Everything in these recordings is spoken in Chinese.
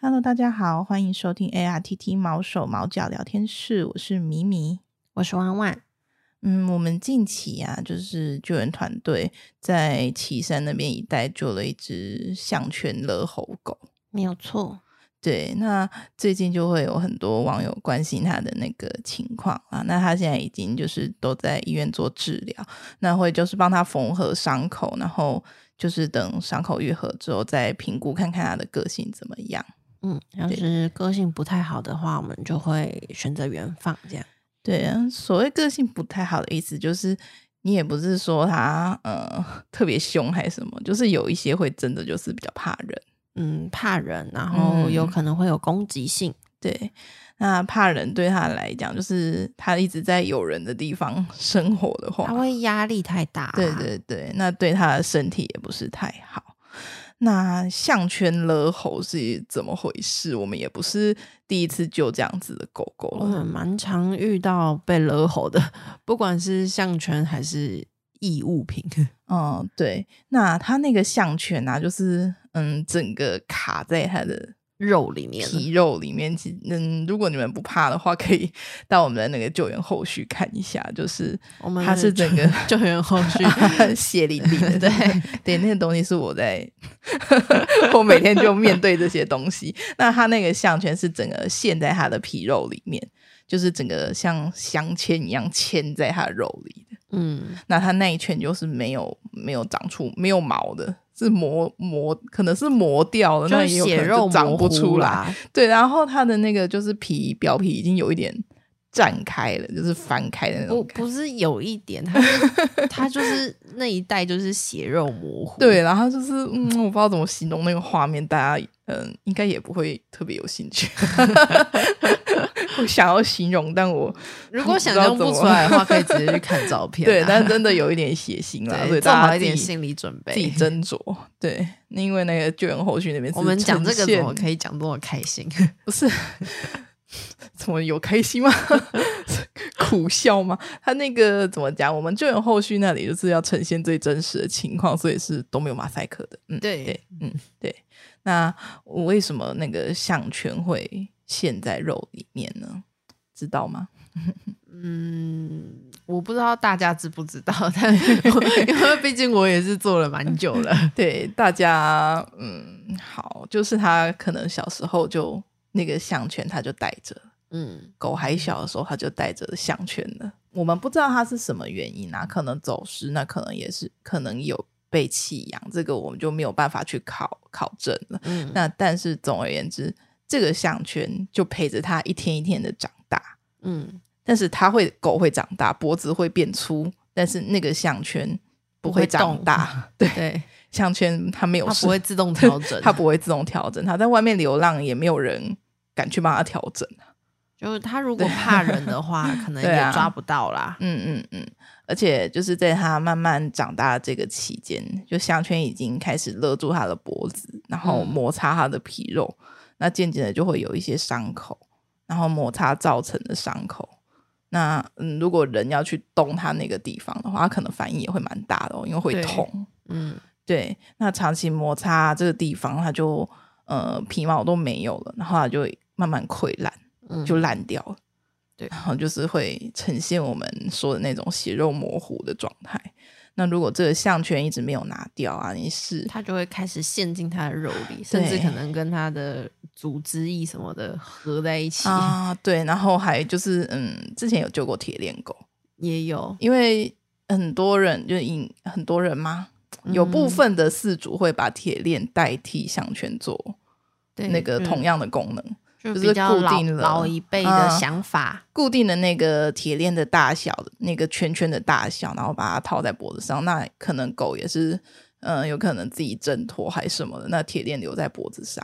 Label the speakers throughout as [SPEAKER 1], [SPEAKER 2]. [SPEAKER 1] Hello，大家好，欢迎收听 ARTT 毛手毛脚聊天室，我是米米。
[SPEAKER 2] 我是万万，
[SPEAKER 1] 嗯，我们近期啊，就是救援团队在岐山那边一带救了一只项圈勒猴狗。
[SPEAKER 2] 没有错。
[SPEAKER 1] 对，那最近就会有很多网友关心他的那个情况啊。那他现在已经就是都在医院做治疗，那会就是帮他缝合伤口，然后就是等伤口愈合之后再评估看看他的个性怎么样。
[SPEAKER 2] 嗯，要
[SPEAKER 1] 对
[SPEAKER 2] 是个性不太好的话，我们就会选择原放这样。
[SPEAKER 1] 对啊，所谓个性不太好的意思就是，你也不是说他呃 特别凶还是什么，就是有一些会真的就是比较怕人。
[SPEAKER 2] 嗯，怕人，然后有
[SPEAKER 1] 嗯
[SPEAKER 2] 可能会有攻击性。
[SPEAKER 1] 对，那怕人对他来讲，就是他一直在有人的地方 生活的话
[SPEAKER 2] 他，会压力太大、啊
[SPEAKER 1] 对，对对，那对他的身体也不是太好。那项圈勒猴是怎么回事？我们也不是第一次救这样子的狗狗
[SPEAKER 2] 我
[SPEAKER 1] 了。
[SPEAKER 2] 们蛮常遇到被勒吼的，不管是项圈还是异物品。
[SPEAKER 1] 嗯，对，那它那个项圈啊，就是嗯，整个卡在它的
[SPEAKER 2] 肉里面了，
[SPEAKER 1] 皮肉里面。其嗯，如果你们不怕的话，可以 到我们的那个救援后续看一下，就是
[SPEAKER 2] 我们
[SPEAKER 1] 它是整个
[SPEAKER 2] 救援后 续
[SPEAKER 1] 血淋淋的，
[SPEAKER 2] 对
[SPEAKER 1] 对，那个东西是我在，我每天就面对这些东西。那它那个项圈是整个陷在它的皮肉里面，就是整个像镶嵌一样嵌在它的肉里的。
[SPEAKER 2] 嗯，
[SPEAKER 1] 那它那一圈就是没有没有长出没有毛的，是磨磨，可能是磨掉了，
[SPEAKER 2] 就
[SPEAKER 1] 哦那
[SPEAKER 2] 是
[SPEAKER 1] 也有可
[SPEAKER 2] 血
[SPEAKER 1] 能
[SPEAKER 2] 肉
[SPEAKER 1] 就长
[SPEAKER 2] 模
[SPEAKER 1] 不
[SPEAKER 2] 糊
[SPEAKER 1] 出来。
[SPEAKER 2] 啦。
[SPEAKER 1] 对，然后它的那个就是皮表皮已经有一点绽开了，就是翻开的那
[SPEAKER 2] 不
[SPEAKER 1] 种感觉。
[SPEAKER 2] 不是有一点，它是它就是那一带就是血肉模 糊。
[SPEAKER 1] 对，然后就是嗯，我不知道怎么形容那个画面，大家嗯应该也不会特别有兴 趣。我想要形容，但我
[SPEAKER 2] 如果想象不出来的话，可以直接去看照片、啊。
[SPEAKER 1] 对，但真的有一点血腥啦，所
[SPEAKER 2] 对，
[SPEAKER 1] 以
[SPEAKER 2] 做
[SPEAKER 1] 大
[SPEAKER 2] 好
[SPEAKER 1] 家
[SPEAKER 2] 一点
[SPEAKER 1] 自己
[SPEAKER 2] 心理准备。
[SPEAKER 1] 自己斟酌。对，因为那个救援后续那边
[SPEAKER 2] 我们
[SPEAKER 1] 是
[SPEAKER 2] 讲
[SPEAKER 1] 呈
[SPEAKER 2] 这个
[SPEAKER 1] 现
[SPEAKER 2] 怎么可以讲这么开心？
[SPEAKER 1] 不是， 怎么有开心吗？ 苦笑吗？他那个怎么讲？我们救援后续那里就是要呈现最真实的情况，所以是都没有马赛克的。嗯，
[SPEAKER 2] 对
[SPEAKER 1] 对，嗯对。那我为什么那个项圈会陷在肉里面呢？知道吗？
[SPEAKER 2] 嗯，我不知道大家知不知道，但 因为毕竟我也是做了蛮久了。
[SPEAKER 1] 对大家，嗯，好，就是他可能小时候就那个项圈，他就带着。
[SPEAKER 2] 嗯，
[SPEAKER 1] 狗还小的时候，它就带着项圈了。我们不知道它是什么原因啊，可能走失，那可能也是可能有被弃养，这个我们就没有办法去考考证了。
[SPEAKER 2] 嗯
[SPEAKER 1] 那但是总而言之，这个项圈就陪着它一天一天的长大，
[SPEAKER 2] 嗯，
[SPEAKER 1] 但是它会狗会长大，脖子会变粗，但是那个项圈不会
[SPEAKER 2] 不会
[SPEAKER 1] 长
[SPEAKER 2] 动
[SPEAKER 1] 大，对，
[SPEAKER 2] 对，
[SPEAKER 1] 项圈它没有
[SPEAKER 2] 它
[SPEAKER 1] 事
[SPEAKER 2] 不会自动调整，
[SPEAKER 1] 它不会自动调整，它在外面流浪也没有人敢去帮它调整。
[SPEAKER 2] 就是它如果怕人的话，可 能
[SPEAKER 1] 对啊
[SPEAKER 2] 也抓不到啦。
[SPEAKER 1] 嗯嗯嗯，而且就是在他慢慢长大的这个期间，就项圈已经开始勒住他的脖子，然后
[SPEAKER 2] 嗯
[SPEAKER 1] 摩擦他的皮肉，那渐渐的就会有一些伤口，然后摩擦造成的伤口。那嗯，如果人要去动他那个地方的话，他可能反应也会蛮大的哦，因为会
[SPEAKER 2] 对
[SPEAKER 1] 痛。
[SPEAKER 2] 嗯，
[SPEAKER 1] 对，那长期摩擦这个地方，它就呃皮毛都没有了，然后它就会慢慢溃烂。
[SPEAKER 2] 嗯
[SPEAKER 1] 就烂掉了。
[SPEAKER 2] 对
[SPEAKER 1] 然后就是会呈现我们说的那种血肉模糊的状态。那如果这个项圈一直没有拿掉啊，你是
[SPEAKER 2] 它就会开始陷进它的肉里，甚至
[SPEAKER 1] 对
[SPEAKER 2] 可能跟它的组织液什么的合在一起，
[SPEAKER 1] 啊，对，然后还就是嗯，之前有救过铁链狗，
[SPEAKER 2] 也有
[SPEAKER 1] 因为很多人就引很多人嘛，有
[SPEAKER 2] 嗯
[SPEAKER 1] 部分的饲主会把铁链代替项圈做
[SPEAKER 2] 对
[SPEAKER 1] 那个
[SPEAKER 2] 就
[SPEAKER 1] 同样的功能。
[SPEAKER 2] 就
[SPEAKER 1] 就是
[SPEAKER 2] 比较
[SPEAKER 1] 固
[SPEAKER 2] 老
[SPEAKER 1] 定了
[SPEAKER 2] 老一辈的
[SPEAKER 1] 嗯
[SPEAKER 2] 想法，
[SPEAKER 1] 固定的那个铁链的大小，那个圈圈的大小，然后把它套在脖子上。那可能狗也是，嗯、有可能自己挣脱还是什么的，那铁链留在脖子上，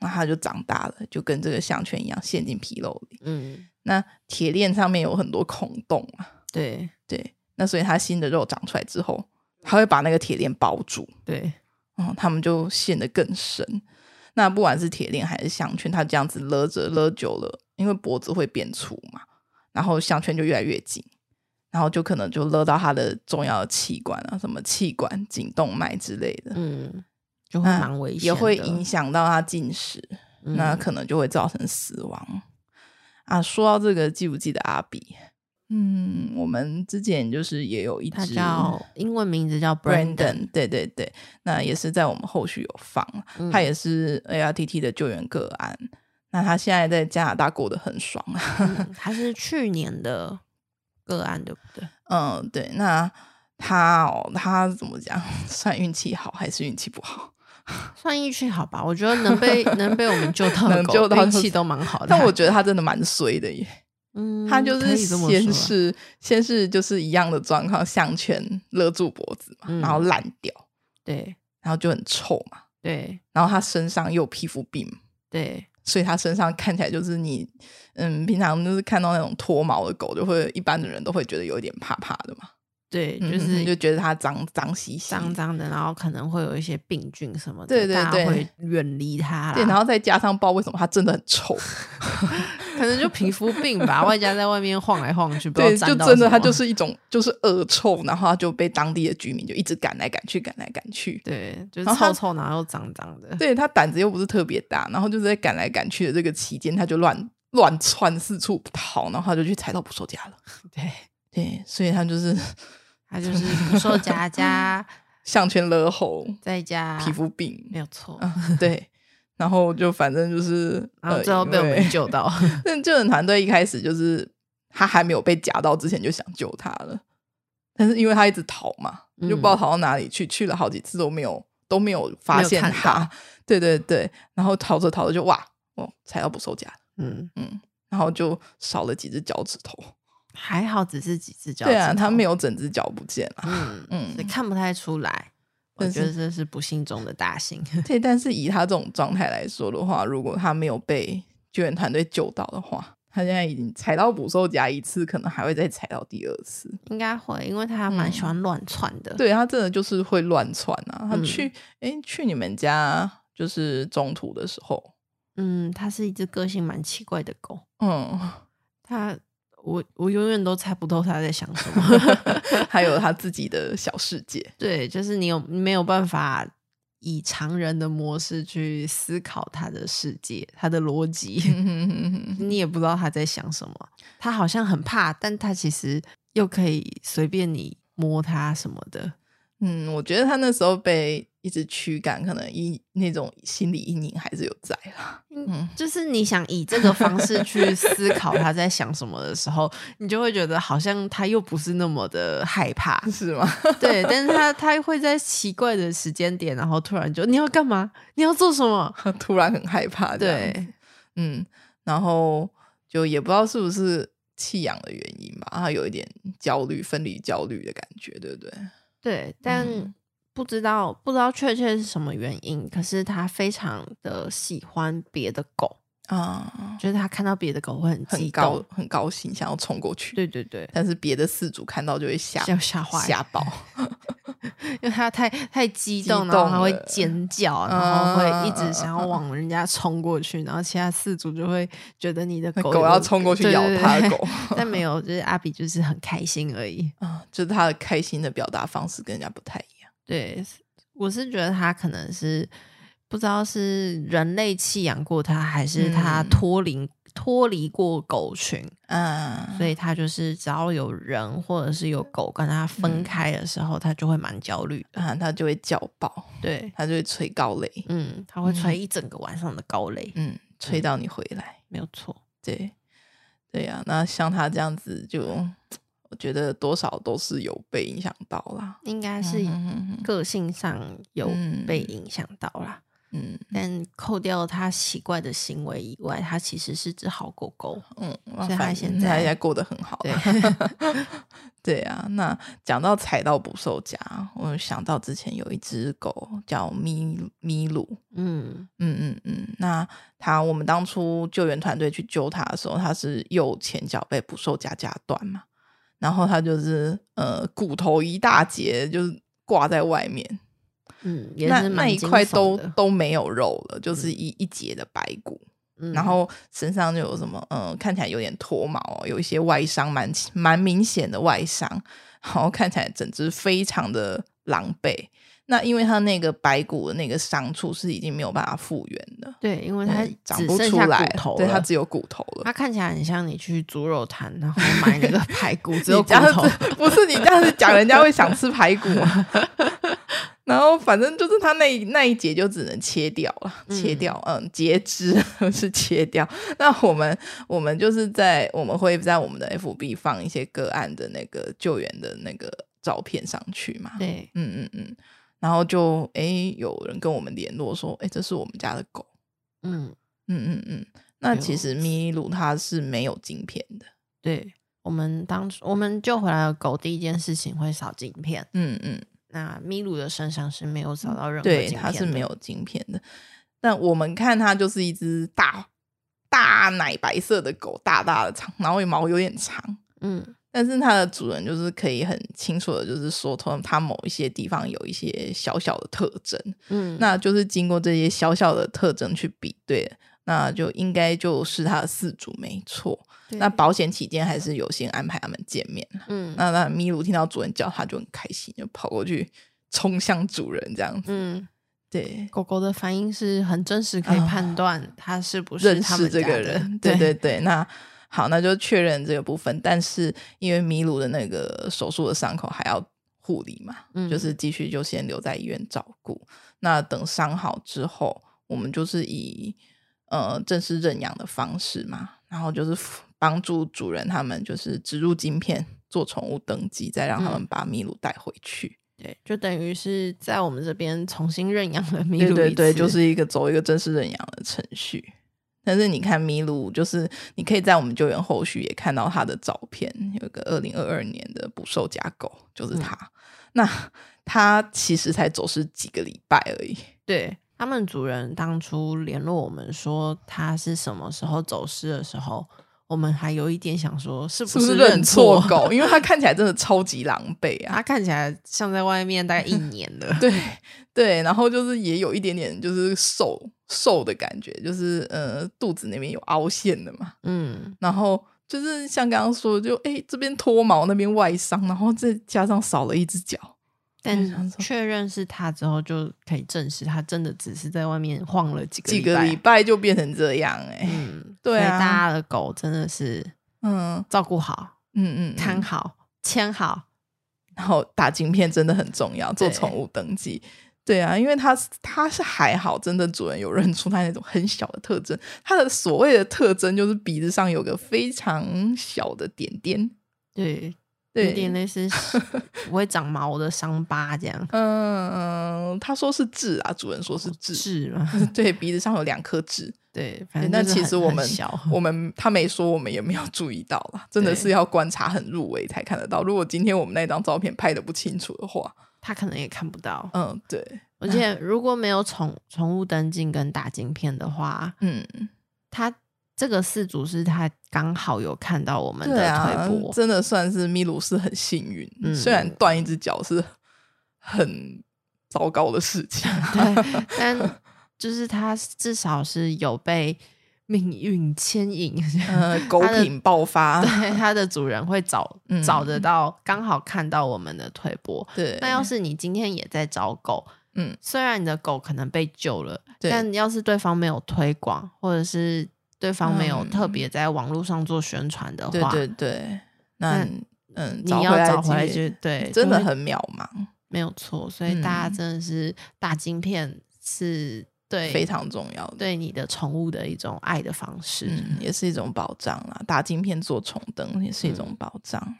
[SPEAKER 1] 那它就长大了，就跟这个项圈一样陷进皮肉里。
[SPEAKER 2] 嗯，
[SPEAKER 1] 那铁链上面有很多孔洞嘛，
[SPEAKER 2] 对
[SPEAKER 1] 对，那所以它新的肉长出来之后，它会把那个铁链包住，
[SPEAKER 2] 对，
[SPEAKER 1] 嗯，他们就陷得更深。那不管是铁链还是项圈，它这样子勒着勒久了，因为脖子会变粗嘛，然后项圈就越来越紧，然后就可能就勒到它的重要的器官啊，什么气管、颈动脉之类的，
[SPEAKER 2] 嗯嗯，就会蛮危险的，嗯
[SPEAKER 1] 也会影响到它进食。那可能就会造成死亡。啊，说到这个，记不记得阿比？嗯，我们之前就是也有一
[SPEAKER 2] 他
[SPEAKER 1] 只
[SPEAKER 2] 叫英文名字叫 Brandon，
[SPEAKER 1] Brandon，对对对，那也是在我们后续有放，啊
[SPEAKER 2] 嗯
[SPEAKER 1] 他也是 ARTT 的救援个案。那他现在在加拿大过得很爽啊。
[SPEAKER 2] 嗯他是去年的个案，对不对？
[SPEAKER 1] 嗯，对，那他哦，他怎么讲？ 算运气好还是运气不好？
[SPEAKER 2] 算运气好吧，我觉得 能被能被我们救到的
[SPEAKER 1] 能
[SPEAKER 2] 狗
[SPEAKER 1] 救到就
[SPEAKER 2] 运
[SPEAKER 1] 是
[SPEAKER 2] 气都蛮好的。
[SPEAKER 1] 但我觉得他真的蛮衰的耶。
[SPEAKER 2] 哦嗯，
[SPEAKER 1] 他就
[SPEAKER 2] 可
[SPEAKER 1] 是
[SPEAKER 2] 以这么说
[SPEAKER 1] 先
[SPEAKER 2] 啊
[SPEAKER 1] 是先是就是一样的状况，项圈勒住脖子嘛，
[SPEAKER 2] 嗯
[SPEAKER 1] 然后烂掉，
[SPEAKER 2] 对
[SPEAKER 1] 然后就很臭嘛。
[SPEAKER 2] 对
[SPEAKER 1] 然后他身上又有皮肤病，
[SPEAKER 2] 对，
[SPEAKER 1] 所以他身上看起来就是你，嗯，平常就是看到那种脱毛的狗，就会一般的人都会觉得有一点怕怕的嘛，
[SPEAKER 2] 对，就
[SPEAKER 1] 嗯就是觉得它脏脏兮兮，
[SPEAKER 2] 脏脏的，然后可能会有一些病菌什么的，
[SPEAKER 1] 对对
[SPEAKER 2] 大
[SPEAKER 1] 对
[SPEAKER 2] 家会远离它啦。
[SPEAKER 1] 对，然后再加上不知道为什么它真的很 臭，
[SPEAKER 2] 可能就皮肤病吧，外加在外面晃来晃去，不知道
[SPEAKER 1] 对，就
[SPEAKER 2] 沾到
[SPEAKER 1] 真
[SPEAKER 2] 什
[SPEAKER 1] 的
[SPEAKER 2] 么
[SPEAKER 1] 它就是一种就是恶臭，然后它就被当地的居民就一直赶来赶去，赶来赶去。
[SPEAKER 2] 对，就
[SPEAKER 1] 然
[SPEAKER 2] 是
[SPEAKER 1] 后它
[SPEAKER 2] 臭臭，然后又脏脏的。
[SPEAKER 1] 对它胆子又不是特别大，然后就是在赶来赶去的这个期间，它就乱乱窜四处逃，然后它就去踩到捕兽夹了。
[SPEAKER 2] 对，
[SPEAKER 1] 对，所以它就是
[SPEAKER 2] 它就是不受夹夹，
[SPEAKER 1] 项圈勒喉，
[SPEAKER 2] 再加
[SPEAKER 1] 皮肤病
[SPEAKER 2] 没，有错，
[SPEAKER 1] 嗯，对。然后就反正就是，
[SPEAKER 2] 然后
[SPEAKER 1] 呃
[SPEAKER 2] 最后被我们。救 到。
[SPEAKER 1] 因为但救援团队一开始就是他还没有被夹到之前就想救他了，但是因为他一直逃嘛，
[SPEAKER 2] 嗯
[SPEAKER 1] 就不知道逃到哪里去，去了好几次都没有都没有发现
[SPEAKER 2] 没有看
[SPEAKER 1] 他。 对对对，然后逃着逃着就哇，哦，踩到捕兽夹了，
[SPEAKER 2] 嗯，
[SPEAKER 1] 然后就少了几只脚趾头。
[SPEAKER 2] 还好只是几只脚趾头。
[SPEAKER 1] 对啊，他没有整只脚不见了。
[SPEAKER 2] 嗯
[SPEAKER 1] 嗯
[SPEAKER 2] 嗯，所以看不太出 来。我
[SPEAKER 1] 但是
[SPEAKER 2] 觉得这是不幸中的大 幸。
[SPEAKER 1] 对，但是以他这种状态来说的话，如果他没有被救援团队救到的话，他现在已经踩到捕兽夹一次，可能还会再踩到第二次。
[SPEAKER 2] 应该会，因为他蛮喜欢乱窜的。，
[SPEAKER 1] 嗯对他真的就是会乱窜啊！他
[SPEAKER 2] 嗯
[SPEAKER 1] 去诶，去你们家就是中途的时候，
[SPEAKER 2] 嗯，它是一只个性蛮奇怪的狗。
[SPEAKER 1] 嗯，
[SPEAKER 2] 它，我我永远都猜不透它在想什么。
[SPEAKER 1] 还有他自己的小世界。
[SPEAKER 2] 对，就是你有你没有办法以常人的模式去思考它的世界，它的逻辑，
[SPEAKER 1] 嗯
[SPEAKER 2] 你也不知道它在想什么。它好像很怕，但它其实又可以随便你摸它什么的。
[SPEAKER 1] 嗯，我觉得他那时候被一直驱赶，可能一那种心理阴影还是有在啦。嗯
[SPEAKER 2] 就是你想以这个方式去思考他在想什么的时候，你就会觉得好像他又不是那么的害怕，
[SPEAKER 1] 是吗？
[SPEAKER 2] 对，但是他他会在奇怪的时间点，然后突然就你要干嘛？你要做什么？
[SPEAKER 1] 突然很害 怕，
[SPEAKER 2] 对，
[SPEAKER 1] 嗯，然后就也不知道是不是弃养的原因吧，他有一点焦虑、分离焦虑的感觉，对不对？
[SPEAKER 2] 对，但
[SPEAKER 1] 嗯
[SPEAKER 2] 不知道不知道确切是什么原因，可是他非常的喜欢别的狗，
[SPEAKER 1] 啊，
[SPEAKER 2] 就是他看到别的狗会很
[SPEAKER 1] 很
[SPEAKER 2] 激
[SPEAKER 1] 高
[SPEAKER 2] 动，
[SPEAKER 1] 很高兴，想要冲过去，
[SPEAKER 2] 对对对，
[SPEAKER 1] 但是别的饲主看到就会吓
[SPEAKER 2] 要吓坏，
[SPEAKER 1] 吓爆，
[SPEAKER 2] 因为他太太激
[SPEAKER 1] 激
[SPEAKER 2] 动，然后
[SPEAKER 1] 动
[SPEAKER 2] 他会
[SPEAKER 1] 了
[SPEAKER 2] 尖叫，然后会一直想要往人家冲过去，然后其他四组就会觉得你的
[SPEAKER 1] 那
[SPEAKER 2] 狗
[SPEAKER 1] 狗
[SPEAKER 2] 有
[SPEAKER 1] 要冲过去
[SPEAKER 2] 对
[SPEAKER 1] 咬
[SPEAKER 2] 对
[SPEAKER 1] 他的
[SPEAKER 2] 对
[SPEAKER 1] 狗
[SPEAKER 2] 但没有，就是阿比就是很开心而已。
[SPEAKER 1] 啊，就是他的开心的表达方式跟人家不太一样，
[SPEAKER 2] 对，我是觉得他可能是不知道是人类弃养过他，还是他
[SPEAKER 1] 嗯
[SPEAKER 2] 脱离、脱离过狗群，
[SPEAKER 1] 啊，
[SPEAKER 2] 所以他就是只要有人或者是有狗跟他
[SPEAKER 1] 嗯
[SPEAKER 2] 分开的时候，他就会蛮焦虑的。
[SPEAKER 1] 啊，他就会叫爆，
[SPEAKER 2] 对，
[SPEAKER 1] 他就会吹高雷，
[SPEAKER 2] 嗯，他会吹一整个晚上的高泪。
[SPEAKER 1] 嗯，吹到你回来。
[SPEAKER 2] 没有错。
[SPEAKER 1] 对，对呀、那像他这样子就，我觉得多少都是有被影响到啦。
[SPEAKER 2] 应该是
[SPEAKER 1] 嗯
[SPEAKER 2] 个性上有
[SPEAKER 1] 嗯
[SPEAKER 2] 被影响到啦。
[SPEAKER 1] 嗯
[SPEAKER 2] 但扣掉他奇怪的行为以外，他其实是只好狗狗。
[SPEAKER 1] 嗯，哇
[SPEAKER 2] 所以他
[SPEAKER 1] 反
[SPEAKER 2] 现
[SPEAKER 1] 正他
[SPEAKER 2] 在
[SPEAKER 1] 现在过得很好。
[SPEAKER 2] 对
[SPEAKER 1] 对啊，那讲到踩到捕兽夹，我想到之前有一只狗叫咪咪鲁，
[SPEAKER 2] 嗯
[SPEAKER 1] 嗯嗯嗯，那它我们当初救援团队去救它的时候，它是右前脚被捕兽夹夹断嘛，然后它就是呃骨头一大截就是挂在外面，
[SPEAKER 2] 嗯，也
[SPEAKER 1] 那
[SPEAKER 2] 是
[SPEAKER 1] 那
[SPEAKER 2] 蛮
[SPEAKER 1] 一
[SPEAKER 2] 惊
[SPEAKER 1] 块
[SPEAKER 2] 悚
[SPEAKER 1] 都
[SPEAKER 2] 的嗯
[SPEAKER 1] 都没有肉了，就是一、一节的白骨，然后身上就有什么嗯、呃看起来有点脱毛哦，有一些外伤，蛮蛮明显的外伤，然后看起来整只非常的狼狈。那因为他那个白骨的那个伤处是已经没有办法复原的，
[SPEAKER 2] 对，因为它
[SPEAKER 1] 对长
[SPEAKER 2] 只
[SPEAKER 1] 不
[SPEAKER 2] 剩
[SPEAKER 1] 出
[SPEAKER 2] 下
[SPEAKER 1] 来
[SPEAKER 2] 骨头
[SPEAKER 1] 对，它
[SPEAKER 2] 了
[SPEAKER 1] 只有骨头了。
[SPEAKER 2] 它看起来很像你去猪肉摊，然后买那个排骨，只有
[SPEAKER 1] 你
[SPEAKER 2] 骨
[SPEAKER 1] 这样
[SPEAKER 2] 头。
[SPEAKER 1] 子 不是你这样子讲，人家会想吃排骨吗？ 然后反正就是他那一那一节就只能切掉了，切掉，嗯，截肢 是切掉。那我们我们就是在我们会在我们的 FB 放一些个案的那个救援的那个照片上去嘛，
[SPEAKER 2] 对，
[SPEAKER 1] 嗯嗯嗯。然后就诶有人跟我们联络说，诶，这是我们家的狗，
[SPEAKER 2] 嗯，
[SPEAKER 1] 嗯嗯嗯。那其
[SPEAKER 2] 有
[SPEAKER 1] 实咪鲁它是没有晶片的，
[SPEAKER 2] 对，我们当初我们救回来的狗，第一件事情会扫镜片。
[SPEAKER 1] 嗯嗯。
[SPEAKER 2] 那米鲁的身上是没有扫到任何
[SPEAKER 1] 对，
[SPEAKER 2] 镜
[SPEAKER 1] 它
[SPEAKER 2] 片
[SPEAKER 1] 是
[SPEAKER 2] 的
[SPEAKER 1] 没有晶片的。但我们看它就是一只大大奶白色的狗，大大的长，然后毛有点长。
[SPEAKER 2] 嗯，
[SPEAKER 1] 但是它的主人就是可以很清楚的，就是说通它某一些地方有一些小小的特征，
[SPEAKER 2] 嗯，
[SPEAKER 1] 那就是经过这些小小的特征去比对，那就应该就是它的饲主没错。
[SPEAKER 2] 对
[SPEAKER 1] 那保险起见，还是有先安排他们见面。
[SPEAKER 2] 嗯
[SPEAKER 1] 那那麋鹿听到主人叫，它就很开心，就跑过去冲向主人这样子。
[SPEAKER 2] 嗯，
[SPEAKER 1] 对，
[SPEAKER 2] 狗狗的反应是很真实，可以
[SPEAKER 1] 啊
[SPEAKER 2] 判断它是不是
[SPEAKER 1] 认
[SPEAKER 2] 他
[SPEAKER 1] 识
[SPEAKER 2] 们
[SPEAKER 1] 这
[SPEAKER 2] 家
[SPEAKER 1] 个
[SPEAKER 2] 的
[SPEAKER 1] 人，对 对
[SPEAKER 2] 对
[SPEAKER 1] 对。那好，那就确认这个部分，但是因为麋鹿的那个手术的伤口还要护理嘛，
[SPEAKER 2] 嗯
[SPEAKER 1] 就是继续就先留在医院照顾。那等伤好之后，我们就是以呃正式认养的方式嘛，然后就是辅帮助主人他们就是植入晶片做宠物登记，再让他们
[SPEAKER 2] 嗯
[SPEAKER 1] 把麋鹿带回去。
[SPEAKER 2] 对，就等于是在我们这边重新认养了米
[SPEAKER 1] 对
[SPEAKER 2] 鲁
[SPEAKER 1] 对
[SPEAKER 2] 一
[SPEAKER 1] 对，
[SPEAKER 2] 次
[SPEAKER 1] 就是一个走一个正式认养的程序。但是你看麋鹿，就是你可以在我们救援后续也看到它的照片，有一个二零二二年的捕兽夹狗，就是它。那它其实才走失几个礼拜而已，
[SPEAKER 2] 对他们主人当初联络我们说他是什么时候走失的时候，我们还有一点想说是
[SPEAKER 1] 是不
[SPEAKER 2] 不
[SPEAKER 1] 是
[SPEAKER 2] 是
[SPEAKER 1] 认错
[SPEAKER 2] 错？
[SPEAKER 1] 狗？因为它看起来真的超级狼狈啊！
[SPEAKER 2] 他看起来像在外面大概一年的
[SPEAKER 1] 对对，然后就是也有一点点就是瘦瘦的感觉，就是呃肚子那边有凹陷的嘛。
[SPEAKER 2] 嗯，
[SPEAKER 1] 然后就是像刚刚说的，就哎、诶这边脱毛，那边外伤，然后再加上少了一只脚，想说
[SPEAKER 2] 但确认是他之后，就可以证实他真的只是在外面晃了几个
[SPEAKER 1] 几个礼
[SPEAKER 2] 拜。啊
[SPEAKER 1] 拜就变成这样哎、诶
[SPEAKER 2] 嗯，
[SPEAKER 1] 对
[SPEAKER 2] 所以
[SPEAKER 1] 啊
[SPEAKER 2] 大家的狗真的是
[SPEAKER 1] 嗯
[SPEAKER 2] 照顾好、
[SPEAKER 1] 嗯嗯
[SPEAKER 2] 看
[SPEAKER 1] 嗯，
[SPEAKER 2] 好、牵好。
[SPEAKER 1] 然后打晶片真的很重要，做
[SPEAKER 2] 对
[SPEAKER 1] 宠物登记。对啊，因为它它是还好，真的主人有认出它那种很小的特征，它的所谓的特征就是鼻子上有个非常小的点点，
[SPEAKER 2] 对，有
[SPEAKER 1] 对，
[SPEAKER 2] 点 类似不会长毛的伤疤这样，
[SPEAKER 1] 嗯，他说是痣啊，主人说
[SPEAKER 2] 哦
[SPEAKER 1] 是痣，
[SPEAKER 2] 是吗？
[SPEAKER 1] 对，鼻子上有两颗痣，
[SPEAKER 2] 对，
[SPEAKER 1] 对
[SPEAKER 2] 反正
[SPEAKER 1] 但
[SPEAKER 2] 就是
[SPEAKER 1] 其
[SPEAKER 2] 很
[SPEAKER 1] 实我
[SPEAKER 2] 很
[SPEAKER 1] 们
[SPEAKER 2] 小，
[SPEAKER 1] 我们他没说，我们也没有 注意到啦，真的
[SPEAKER 2] 对
[SPEAKER 1] 是要观察很入微才看得到。如果今天我们那张照片拍的不清楚的话，
[SPEAKER 2] 他可能也看不到。
[SPEAKER 1] 嗯，对，
[SPEAKER 2] 而且如果没有宠宠物登记跟打晶片的话，
[SPEAKER 1] 嗯，
[SPEAKER 2] 他这个四组是他刚好有看到我们
[SPEAKER 1] 对
[SPEAKER 2] 的
[SPEAKER 1] 啊
[SPEAKER 2] 推播，，
[SPEAKER 1] 真的算是咪鲁是很幸运，
[SPEAKER 2] 嗯
[SPEAKER 1] 虽然断一只脚是很糟糕的事 情，
[SPEAKER 2] 对，但就是他至少是有被命运牵引，
[SPEAKER 1] 呃，狗
[SPEAKER 2] 它的
[SPEAKER 1] 品爆发，
[SPEAKER 2] 对，它的主人会找、
[SPEAKER 1] 嗯
[SPEAKER 2] 找得到，刚好看到我们的推播。
[SPEAKER 1] 对，
[SPEAKER 2] 那要是你今天也在找狗，
[SPEAKER 1] 嗯，
[SPEAKER 2] 虽然你的狗可能被救了，
[SPEAKER 1] 对
[SPEAKER 2] 但要是对方没有推广，或者是对方没有
[SPEAKER 1] 嗯
[SPEAKER 2] 特别在网络上做宣传的
[SPEAKER 1] 对
[SPEAKER 2] 话，
[SPEAKER 1] 对对，那
[SPEAKER 2] 那
[SPEAKER 1] 嗯，
[SPEAKER 2] 你要找
[SPEAKER 1] 回
[SPEAKER 2] 回来
[SPEAKER 1] 机
[SPEAKER 2] 就对，
[SPEAKER 1] 真的
[SPEAKER 2] 就会
[SPEAKER 1] 很渺茫，
[SPEAKER 2] 没有错。所以大
[SPEAKER 1] 嗯
[SPEAKER 2] 家真的是大晶片是对
[SPEAKER 1] 非常重要的。
[SPEAKER 2] 对你的宠物的一种爱的方式。
[SPEAKER 1] 嗯，也是一种保障啦。打晶片做重灯也是一种
[SPEAKER 2] 嗯
[SPEAKER 1] 保障。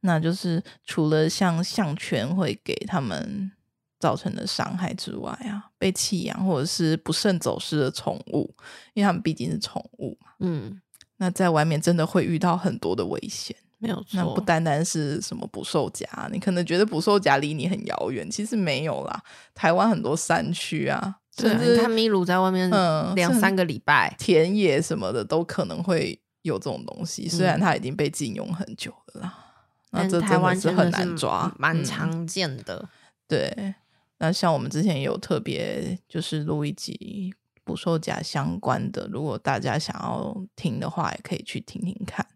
[SPEAKER 1] 那就是除了像项圈会给他们造成的伤害之外啊，被弃养或者是不慎走失的宠物，因为他们毕竟是宠物嘛，
[SPEAKER 2] 嗯，
[SPEAKER 1] 那在外面真的会遇到很多的危险。
[SPEAKER 2] 没有错
[SPEAKER 1] 那。不单单是什么捕兽夹，你可能觉得捕兽夹离你很遥远，其实没有啦。台湾很多山区啊，
[SPEAKER 2] 对啊，
[SPEAKER 1] 甚
[SPEAKER 2] 你
[SPEAKER 1] 至
[SPEAKER 2] 看咪鲁在外面
[SPEAKER 1] 嗯
[SPEAKER 2] 两
[SPEAKER 1] 甚
[SPEAKER 2] 三个礼拜，
[SPEAKER 1] 田野什么的都可能会有这种东西，虽然它已经被禁用很久了啦。那
[SPEAKER 2] 嗯但
[SPEAKER 1] 这
[SPEAKER 2] 台
[SPEAKER 1] 真
[SPEAKER 2] 湾
[SPEAKER 1] 是
[SPEAKER 2] 真
[SPEAKER 1] 很
[SPEAKER 2] 的
[SPEAKER 1] 难抓，
[SPEAKER 2] 蛮
[SPEAKER 1] 嗯
[SPEAKER 2] 常见的。
[SPEAKER 1] 对，那像我们之前也有特别就是录一集捕兽夹相关的，如果大家想要听的话，也可以去听听看。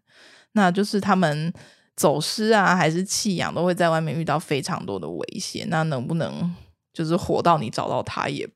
[SPEAKER 1] 那就是他们走失啊，还是弃养，都会在外面遇到非常多的危险。那能不能就是活到你找到他也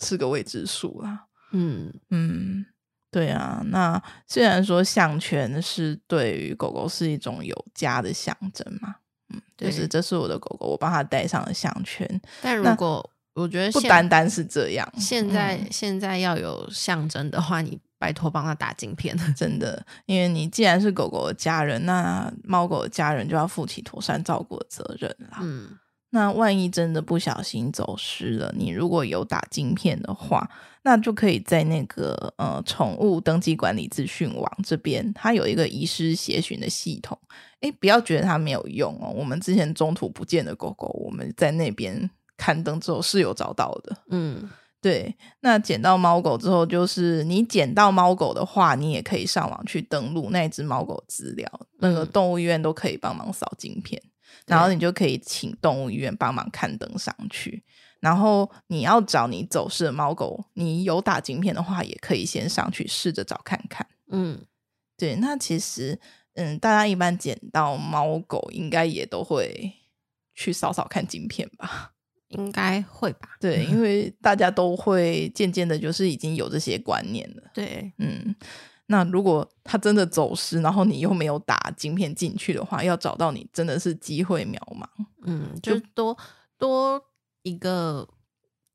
[SPEAKER 1] 是个未知数啦。
[SPEAKER 2] 嗯，
[SPEAKER 1] 嗯，对啊。那虽然说项圈是对于狗狗是一种有家的象征嘛，嗯，就是
[SPEAKER 2] 对
[SPEAKER 1] 这是我的狗狗，我帮它戴上了项圈，
[SPEAKER 2] 但
[SPEAKER 1] 那
[SPEAKER 2] 如果我觉得
[SPEAKER 1] 不
[SPEAKER 2] 现
[SPEAKER 1] 单单是这样。
[SPEAKER 2] 现在、
[SPEAKER 1] 嗯
[SPEAKER 2] 现在要有象征的话，你拜托帮他打镜 片。
[SPEAKER 1] 真的，因为你既然是狗狗的家人，那猫狗的家人就要负起妥善照顾的责任啦。
[SPEAKER 2] 嗯，
[SPEAKER 1] 那万一真的不小心走失了，你如果有打晶片的话，那就可以在那个呃宠物登记管理资讯网这边，它有一个遗失协寻的系统。诶，不要觉得它没有用哦，我们之前中途不见的狗狗，我们在那边刊登之后是有找到的。
[SPEAKER 2] 嗯，
[SPEAKER 1] 对，那捡到猫狗之后，就是你捡到猫狗的话，你也可以上网去登录那只猫狗资料，那个
[SPEAKER 2] 嗯
[SPEAKER 1] 动物医院都可以帮忙扫晶片，
[SPEAKER 2] 对
[SPEAKER 1] 然后你就可以请动物医院帮忙刊登上去。然后你要找你走失的猫狗，你有打晶片的话，也可以先上去试着找看看。
[SPEAKER 2] 嗯，
[SPEAKER 1] 对，那其实，嗯，大家一般捡到猫狗，应该也都会去扫扫看晶片吧。
[SPEAKER 2] 应该会 吧？
[SPEAKER 1] 对，因为大家都会渐渐的，就是已经有这些观念了。
[SPEAKER 2] 对，
[SPEAKER 1] 嗯，那如果他真的走失，然后你又没有打晶片进去的话，要找到你真的是机会渺茫。
[SPEAKER 2] 嗯，就多多一个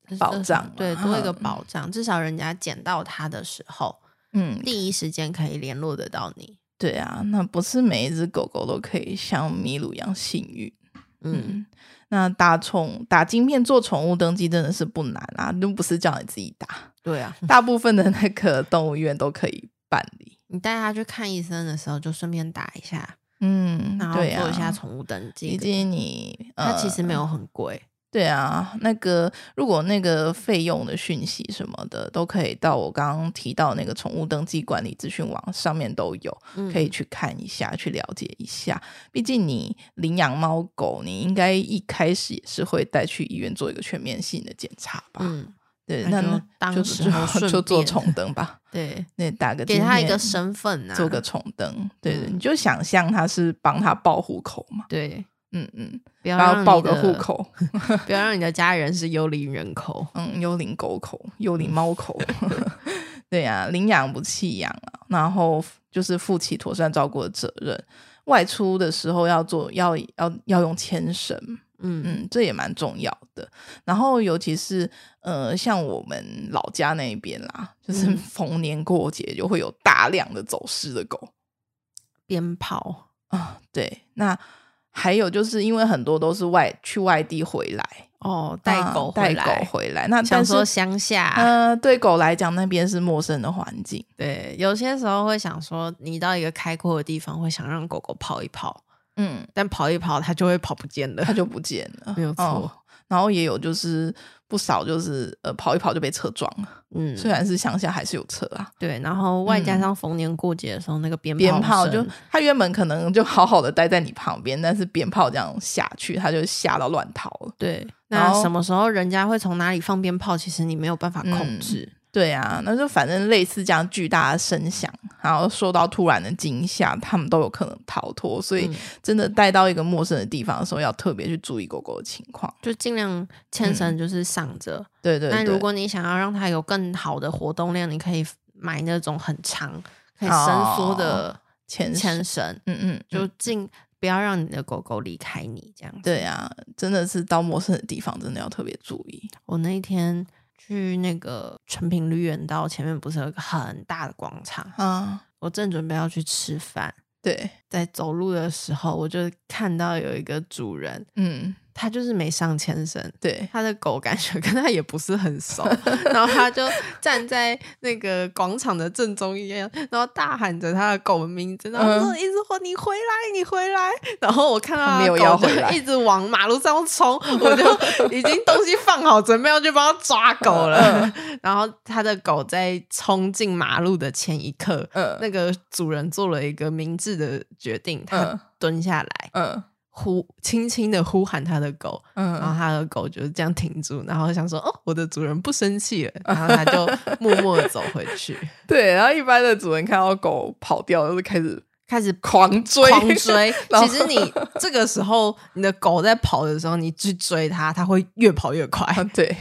[SPEAKER 2] 呃
[SPEAKER 1] 保障嘛
[SPEAKER 2] 对，多一个
[SPEAKER 1] 嗯
[SPEAKER 2] 保障，至少人家捡到它的时候，
[SPEAKER 1] 嗯，
[SPEAKER 2] 第一时间可以联络得到你。
[SPEAKER 1] 对啊，那不是每一只狗狗都可以像麋鹿一样幸运。
[SPEAKER 2] 嗯，
[SPEAKER 1] 嗯，那打宠打晶片做宠物登记真的是不难啊，又不是叫你自己 打，
[SPEAKER 2] 对啊，
[SPEAKER 1] 大部分的那个动物医院都可以办理。
[SPEAKER 2] 你带它去看医生的时候，就顺便打一下，
[SPEAKER 1] 嗯，
[SPEAKER 2] 然后
[SPEAKER 1] 对啊，
[SPEAKER 2] 做一下宠物登记。
[SPEAKER 1] 以及你
[SPEAKER 2] 它其
[SPEAKER 1] 呃
[SPEAKER 2] 实没有很贵。
[SPEAKER 1] 对啊，那个如果那个费用的讯息什么的，都可以到我刚刚提到那个宠物登记管理资讯网上面都有，
[SPEAKER 2] 嗯
[SPEAKER 1] 可以去看一下，去了解一下。毕竟你领养猫狗，你应该一开始也是会带去医院做一个全面性的检查吧？
[SPEAKER 2] 嗯，
[SPEAKER 1] 对，
[SPEAKER 2] 那
[SPEAKER 1] 那
[SPEAKER 2] 就
[SPEAKER 1] 那
[SPEAKER 2] 当
[SPEAKER 1] 就
[SPEAKER 2] 时候
[SPEAKER 1] 就
[SPEAKER 2] 顺
[SPEAKER 1] 就做
[SPEAKER 2] 便
[SPEAKER 1] 重登吧，
[SPEAKER 2] 对，
[SPEAKER 1] 那打个
[SPEAKER 2] 给他一
[SPEAKER 1] 晶
[SPEAKER 2] 个
[SPEAKER 1] 片
[SPEAKER 2] 身份啊，
[SPEAKER 1] 做个重登，对对，
[SPEAKER 2] 嗯
[SPEAKER 1] 你就想象他是帮他报户口嘛，
[SPEAKER 2] 对，
[SPEAKER 1] 嗯嗯，
[SPEAKER 2] 不要
[SPEAKER 1] 帮
[SPEAKER 2] 让
[SPEAKER 1] 他
[SPEAKER 2] 你
[SPEAKER 1] 报个户
[SPEAKER 2] 的，
[SPEAKER 1] 口。
[SPEAKER 2] 不要让你的家人是幽灵人口。
[SPEAKER 1] 嗯，幽灵狗口，幽
[SPEAKER 2] 嗯
[SPEAKER 1] 灵猫口， 对呀、领养不弃养啊，然后就是负起妥善照顾的责任。外出的时候要做，要要要用牵绳，
[SPEAKER 2] 嗯
[SPEAKER 1] 嗯，这也蛮重要的。然后尤其是呃，像我们老家那边啦，就是
[SPEAKER 2] 嗯
[SPEAKER 1] 逢年过节就会有大量的走失的狗
[SPEAKER 2] 鞭炮，
[SPEAKER 1] 啊、对，那还有就是因为很多都是外去外地回来，
[SPEAKER 2] 哦，带
[SPEAKER 1] 啊
[SPEAKER 2] 狗
[SPEAKER 1] 带
[SPEAKER 2] 回来
[SPEAKER 1] 狗，回来，那但
[SPEAKER 2] 想
[SPEAKER 1] 是
[SPEAKER 2] 说乡下，
[SPEAKER 1] 呃，对狗来讲，那边是陌生的环境。
[SPEAKER 2] 对，有些时候会想说，你到一个开阔的地方，会想让狗狗跑一跑，
[SPEAKER 1] 嗯，
[SPEAKER 2] 但跑一跑，它就会跑不见了
[SPEAKER 1] 它。就不见了，
[SPEAKER 2] 没有错
[SPEAKER 1] 哦然后也有就是不少就是呃跑一跑就被车撞了，
[SPEAKER 2] 嗯，
[SPEAKER 1] 虽然是乡下还是有车啊。
[SPEAKER 2] 对，然后外加
[SPEAKER 1] 嗯
[SPEAKER 2] 上逢年过节的时候，那个鞭
[SPEAKER 1] 鞭炮就
[SPEAKER 2] 声
[SPEAKER 1] 它原本可能就好好的待在你旁边，但是鞭炮这样下去，它就吓到乱逃了。
[SPEAKER 2] 对，
[SPEAKER 1] 然
[SPEAKER 2] 那
[SPEAKER 1] 后
[SPEAKER 2] 什么时候人家会从哪里放鞭炮，其实你没有办法控
[SPEAKER 1] 嗯
[SPEAKER 2] 制。
[SPEAKER 1] 对啊，那就反正类似这样巨大的声响，然后受到突然的惊吓，它们都有可能逃脱。所以
[SPEAKER 2] 嗯
[SPEAKER 1] 真的带到一个陌生的地方的时候，要特别去注意狗狗的情况。
[SPEAKER 2] 就尽量
[SPEAKER 1] 嗯
[SPEAKER 2] 牵绳就是上着。
[SPEAKER 1] 对对
[SPEAKER 2] 那
[SPEAKER 1] 对，
[SPEAKER 2] 如果你想要让它有更好的活动量，你可以买那种很长、可以伸缩的
[SPEAKER 1] 前
[SPEAKER 2] 牵绳，
[SPEAKER 1] 嗯嗯，
[SPEAKER 2] 就尽不要让你的狗狗离开你这样子。
[SPEAKER 1] 对啊，真的是到陌生的地方，真的要特别注意。
[SPEAKER 2] 我那一天去那个成品绿园道前面，不是有一个很大的广场，
[SPEAKER 1] 啊，
[SPEAKER 2] 我正准备要去吃饭，
[SPEAKER 1] 对，
[SPEAKER 2] 在走路的时候，我就看到有一个主人，
[SPEAKER 1] 嗯，
[SPEAKER 2] 他就是没上牵绳，
[SPEAKER 1] 对，
[SPEAKER 2] 他的狗感觉跟他也不是很熟，然后他就站在那个广场的正中央，然后大喊着他的狗的名字，然后说：“
[SPEAKER 1] 嗯
[SPEAKER 2] 一直说你回来，你回来。”然后我看到
[SPEAKER 1] 他
[SPEAKER 2] 他
[SPEAKER 1] 没有
[SPEAKER 2] 的狗
[SPEAKER 1] 要
[SPEAKER 2] 就
[SPEAKER 1] 回来
[SPEAKER 2] 一直往马路上冲，我就 已经东西放好，准备要去帮他抓狗
[SPEAKER 1] 嗯
[SPEAKER 2] 了。然后他的狗在冲进马路的前一刻，
[SPEAKER 1] 嗯
[SPEAKER 2] 那个主人做了一个明智的决定，
[SPEAKER 1] 嗯
[SPEAKER 2] 他蹲下来
[SPEAKER 1] 嗯
[SPEAKER 2] 呼轻轻的呼喊他的狗。然后
[SPEAKER 1] 嗯，
[SPEAKER 2] 他的狗就是这样停住，然后想说：“哦，我的主人不生气 了。”然后他就默默的走回去，
[SPEAKER 1] 对。然后一般的主人看到狗跑掉，就是开始
[SPEAKER 2] 开始
[SPEAKER 1] 狂追。
[SPEAKER 2] 狂 追
[SPEAKER 1] 然后
[SPEAKER 2] 其实你这个时候，你的狗在跑的时候，你去追它，它会越跑越快，
[SPEAKER 1] 啊，对，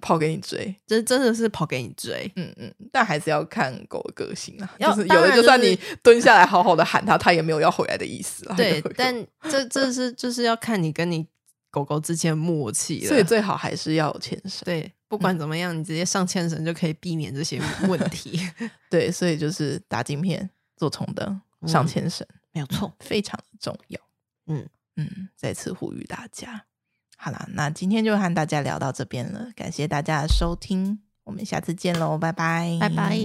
[SPEAKER 1] 跑给你追，
[SPEAKER 2] 这真的是跑给你 追。
[SPEAKER 1] 嗯嗯，但还是要看狗的个性啊，
[SPEAKER 2] 要
[SPEAKER 1] 就是有
[SPEAKER 2] 当
[SPEAKER 1] 的
[SPEAKER 2] 然
[SPEAKER 1] 就算
[SPEAKER 2] 就是
[SPEAKER 1] 你蹲下来好好的喊它，它也没有要回来的意思啊。
[SPEAKER 2] 对
[SPEAKER 1] 就会，
[SPEAKER 2] 但这这是就是要看你跟你狗狗之间的默 契
[SPEAKER 1] 所以
[SPEAKER 2] 了。
[SPEAKER 1] 最好还是要有牵绳。
[SPEAKER 2] 对，不管怎么样，你直接上牵绳就可以避免这些问题。
[SPEAKER 1] 对，所以就是打镜片、做冲灯、上
[SPEAKER 2] 嗯
[SPEAKER 1] 牵绳，
[SPEAKER 2] 没有错，
[SPEAKER 1] 非常的重要。
[SPEAKER 2] 嗯
[SPEAKER 1] 嗯，再次呼吁大家。好啦，那今天就和大家聊到这边了，感谢大家的收听，我们下次见喽，拜拜，
[SPEAKER 2] 拜拜。